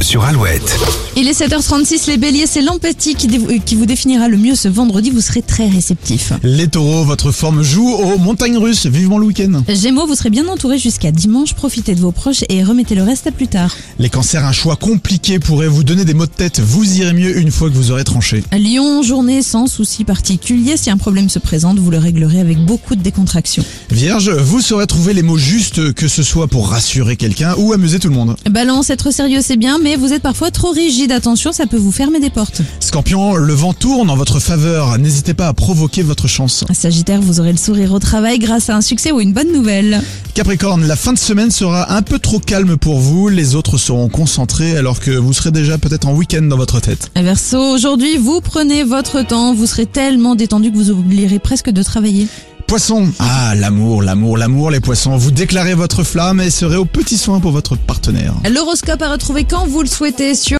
sur Alouette. Il est 7h36, les béliers, c'est l'empathie qui, dé- qui vous définira le mieux ce vendredi, vous serez très réceptif. Les taureaux, votre forme joue aux montagnes russes. Vivement le week-end. Gémeaux, vous serez bien entouré jusqu'à dimanche, profitez de vos proches et remettez le reste à plus tard. Les cancers, un choix compliqué pourrait vous donner des maux de tête. Vous irez mieux une fois que vous aurez tranché. Lyon, journée sans souci particulier, si un problème se présente, vous le réglerez avec beaucoup de décontraction. Vierge, vous saurez trouver les mots justes, que ce soit pour rassurer quelqu'un ou amuser tout le monde. Balance, être sérieux c'est bien, mais vous êtes parfois trop rigide, attention, ça peut vous fermer des portes. Scorpion, le vent tourne en votre faveur. N'hésitez pas à provoquer votre chance. Sagittaire, vous aurez le sourire au travail grâce à un succès ou une bonne nouvelle. Capricorne, la fin de semaine sera un peu trop calme pour vous. Les autres seront concentrés alors que vous serez déjà peut-être en week-end dans votre tête. Verseau, aujourd'hui, vous prenez votre temps, vous serez tellement détendu que vous oublierez presque de travailler. Poisson, ah l'amour, l'amour, l'amour, les poissons. Vous déclarez votre flamme et serez au petit soin pour votre partenaire. L'horoscope à retrouver quand vous le souhaitez sur